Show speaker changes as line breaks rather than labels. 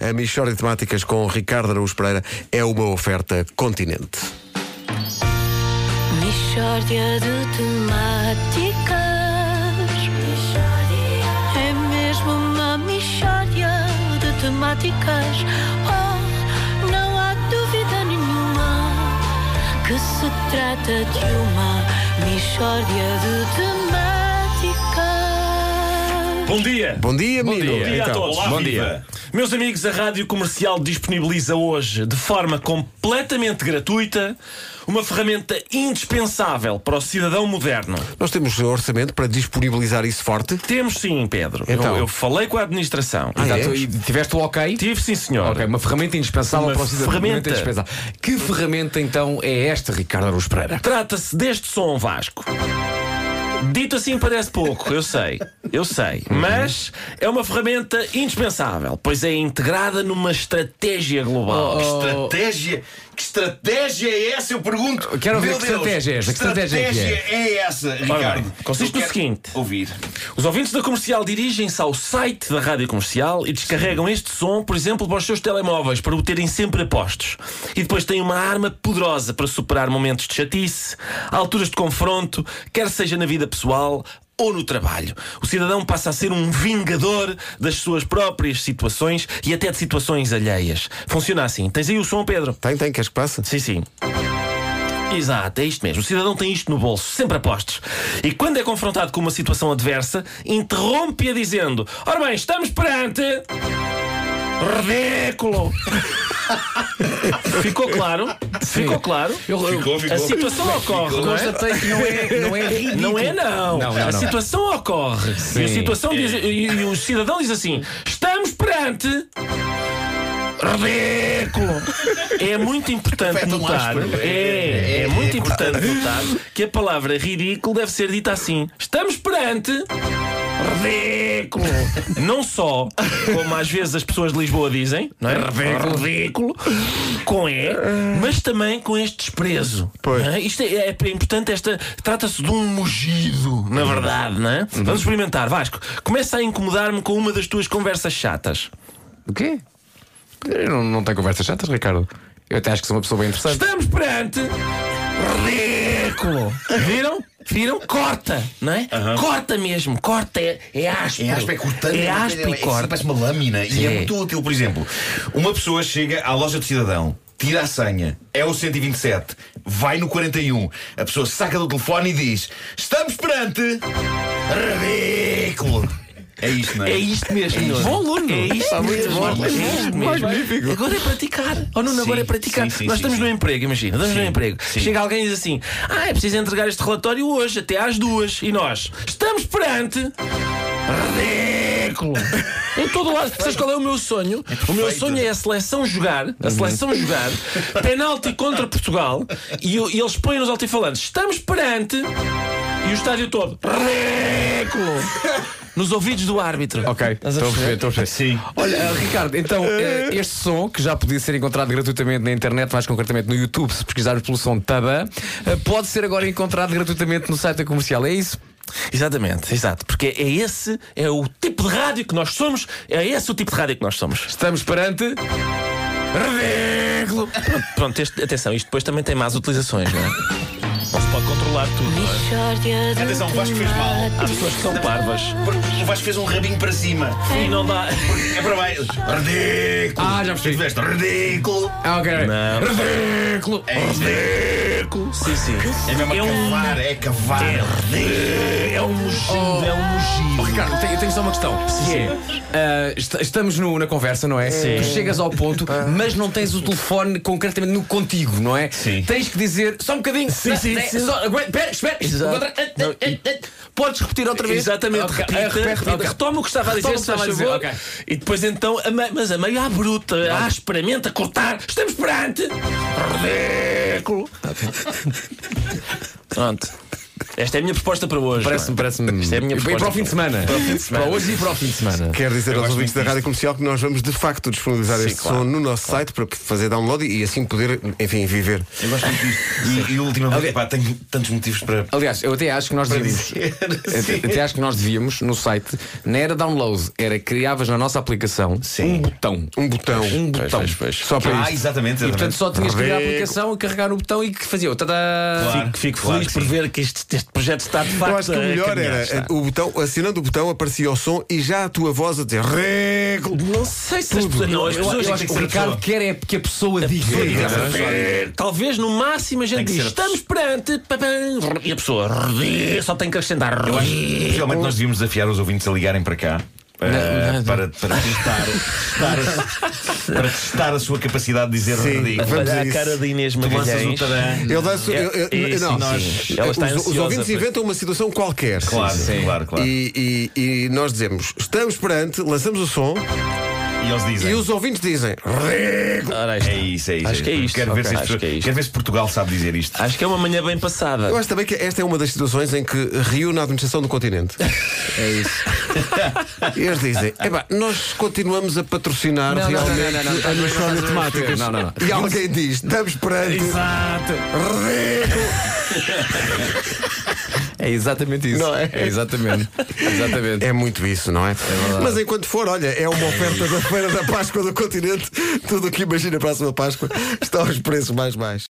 A Michórdia de Temáticas com Ricardo Araújo Pereira é uma oferta continente.
Mishória de temáticas É mesmo uma mishória de temáticas Oh, não há dúvida nenhuma Que se trata de uma mishória de temáticas
Bom dia!
Bom dia, menino.
Bom dia a
Então,
todos!
bom
Viva.
dia.
Meus amigos, a Rádio Comercial disponibiliza hoje, de forma completamente gratuita, uma ferramenta indispensável para o cidadão moderno.
Nós temos orçamento para disponibilizar isso forte.
Temos sim, Pedro.
Então?
Eu, eu falei com a administração.
Ah,
Exato,
é?
e tiveste o ok?
Tive sim, senhor.
Ok, uma ferramenta indispensável
Uma
para o cidadão.
ferramenta.
indispensável. Que ferramenta então é esta, Ricardo Aruz Pereira?
Trata-se deste som Vasco. Dito assim parece pouco, eu sei, eu sei,
Uhum.
mas é uma ferramenta indispensável, pois é integrada numa estratégia global.
Oh.
Estratégia? Que estratégia é essa? Eu pergunto.
Quero ouvir
Meu
que
Deus,
estratégia é esta, que estratégia é que é?
estratégia é essa,
Ora
Ricardo?
bem, consiste
Eu
no
quero
seguinte.
Ouvir.
Os ouvintes da comercial dirigem-se ao site da rádio comercial e descarregam este som, por exemplo, para os seus telemóveis, para o terem sempre a postos. E depois têm uma arma poderosa para superar momentos de chatice, alturas de confronto, quer seja na vida pessoal ou no trabalho. O cidadão passa a ser um vingador das suas próprias situações e até de situações alheias. Funciona assim. Tens aí o som, Pedro?
Tem, tem, queres que passe?
Sim, sim. Exato, é isto mesmo. O cidadão tem isto no bolso, sempre apostos. E quando é confrontado com uma situação adversa, interrompe-a dizendo: Ora bem, estamos perante. Ridículo! Ficou claro? Ficou claro?
Ficou, ficou.
A situação ocorre, não é?
Constatei que não é, não é ridículo.
Não é, não.
Não, não,
a
não. É.
situação ocorre. E, a situação diz- e- e o cidadão diz assim: estamos perante. Ridículo! É muito importante
Afeta um
notar.
áspero.
É, é muito importante notar que a palavra ridículo deve ser dita assim. Estamos perante. Ridículo! Não só, como às vezes as pessoas de Lisboa dizem, não é? Ridículo, com E, mas também com este desprezo.
Pois.
não é? Isto é, é importante, esta. Trata-se de um mugido, na verdade, não é? Vamos experimentar, Vasco. Começa a incomodar-me com uma das tuas conversas chatas.
O quê? Eu Não, não tem conversas chatas, Ricardo. Eu até acho que sou uma pessoa bem interessante.
Estamos perante. Ridículo! Viram? Viram? Corta, não é? Corta mesmo, corta, é, é áspero.
É aspa, é cortante.
É
uma coisa,
áspero e
é-
corta.
Parece uma lâmina e é
Sim.
muito útil. Por exemplo, uma pessoa chega à loja do cidadão. Tira a senha, é o 127, vai no 41. A pessoa saca do telefone e diz: Estamos perante. Ridículo! É isto, não é?
É isto mesmo. Nuno.
Bom aluno.
É isto
Está muito
mesmo.
bom.
É isto mesmo.
Magnífico.
Agora é praticar. Oh, Nuno,
Sim,
agora é praticar.
sim, sim,
Nós
sim,
estamos
sim.
no emprego, imagina. Estamos no
Sim,
emprego.
sim.
Chega alguém e diz assim: Ah, é preciso entregar este relatório hoje, até às duas. E nós estamos perante. Ridículo! Em todo o lado, sabes qual é o meu sonho? o meu sonho é a seleção jogar, a seleção jogar, penalti contra Portugal, e, e eles põem nos altifalantes: estamos perante. E o estádio todo. Ridículo! Nos ouvidos do árbitro.
Ok,
Estás a
estou a perceber,
perceber?
estou a perceber.
Sim.
Olha, eh, Ricardo, então, eh, este som, que já podia ser encontrado gratuitamente na internet, mais concretamente no YouTube, se pesquisarmos pelo som Taba, eh, pode ser agora encontrado gratuitamente no site da comercial, é isso?
Exatamente, exato. Porque é esse, é o tipo de rádio que nós somos, é esse o tipo de rádio que nós somos.
Estamos perante.
Ridículo! Pronto, pronto este- atenção, isto depois também tem más utilizações, não é? Não se pode controlar tudo. não é?
Mishória de
Atenção, o Vasco fez mal.
Há pessoas que são parvas.
O Vasco fez um rabinho para cima.
E não dá.
É para baixo. Ridículo!
Ah, já percebi.
Tiveste ridículo!
Ah, ok. ok.
Não.
Ridículo!
É isto, é
Sim, sim.
É mesmo a
É um-
cavar, é cavar. É ridículo.
É um mugido, é um
Oh,
mugido.
Ricardo, tenho, tenho só uma questão. que é, ah, est- estamos no- na conversa, não é? Sim. Ah. Tu chegas ao ponto, mas não tens o telefone concretamente no contigo, não é?
Sim.
Tens que dizer só um bocadinho.
Sim,
Não,
sim,
não,
sim.
só- aguenta, Espera, espera. ah,
Exato.
Outra-
Não, e-
Podes repetir outra vez.
Exatamente,
Ok,
repita,
ah, repete,
repita.
ok.
retoma o que estava a dizer,
Retoma o que
se faz
estava
favor.
a dizer,
E depois então, a meio- mas a meio à bruta, à asperamente, a cortar. Estamos perante. Ridículo. Pronto. Esta é a minha proposta para hoje.
Parece-me,
não é?
parece-me.
Isto é a minha
e
proposta.
para o fim de semana.
Para o fim de semana.
Para hoje e para o fim de semana.
Quero dizer
Eu
aos
gosto
ouvintes
muito
da Rádio
disto.
Comercial que nós vamos de facto disponibilizar
Sim,
esse
claro.
som no nosso site para fazer download e assim poder, enfim, viver.
Eu gosto muito disto. E, e ultimamente, pá, tenho tantos motivos para.
Aliás, eu até acho que nós devíamos.
dizer,
até,
sim.
até acho que nós devíamos no site, não era download, era criavas na nossa aplicação
Sim.
é?
um botão.
Um botão.
Um botão.
pois, pois.
Só para
Ah,
isto.
exatamente,
E portanto
exatamente.
só tinhas que ir à
Rico.
aplicação e carregar no botão e que fazia o tadá.
Claro.
Fico, fico
Claro
feliz
que
por
sim.
ver que este, este projeto está de facto.
Eu acho que o
a
melhor
caminhar,
era eh,
está.
o botão, assinando o botão, aparecia o som e já a tua voz a dizer Rego!
Não sei se as pessoas. Não, as
Eu-
pessoas
eu
Acho
Tem
que
que
o
ser a
Ricardo
pessoa.
quer é que a pessoa diga.
Talvez no máximo a gente
Tem que
diz
ser-
estamos perante. pá, pá", E a pessoa só tem que acrescentar.
Eu acho que realmente nós devíamos desafiar os ouvintes a ligarem para cá. eh,
Não, não,
para, para testar, testar a- para testar a sua capacidade de dizer
Sim,
ridículo.
vamos
Olha
a
a
isso.
cara da Inês
Tu lanças
Magalhães.
o tadã.
Ele dança.
É,
eu- eu-
é isso,
não,
sim.
os,
Ela está
os
ansiosa
ouvintes
por-
inventam uma situação qualquer.
Claro, claro, claro. E,
E, e- e nós dizemos, estamos perante, lançamos o som
eles dizem.
e os ouvintes dizem Rego!
Ora, aí está.
É isso, é isso.
Acho que é isto.
Quero, ver se
Ok. Acho
as pessoas-
que é isto.
quero ver se Portugal sabe dizer isto.
Acho que é uma manhã bem passada.
Eu acho também que esta é uma das situações em que reúne a administração do continente.
É isso.
E eles dizem, epá, nós continuamos a patrocinar
Não, não, não,
realmente
não, não, não,
a
não, não,
Nostalgia
não,
Temáticas.
não, não, não.
E alguém diz, estamos perante
Exato.
Rego!
É exatamente isso.
Não é?
É exatamente. Exatamente.
É muito isso, não é? Mas enquanto for, olha, é uma oferta da Feira da Páscoa do Continente. Tudo o que imagina a próxima Páscoa está aos preços mais baixos.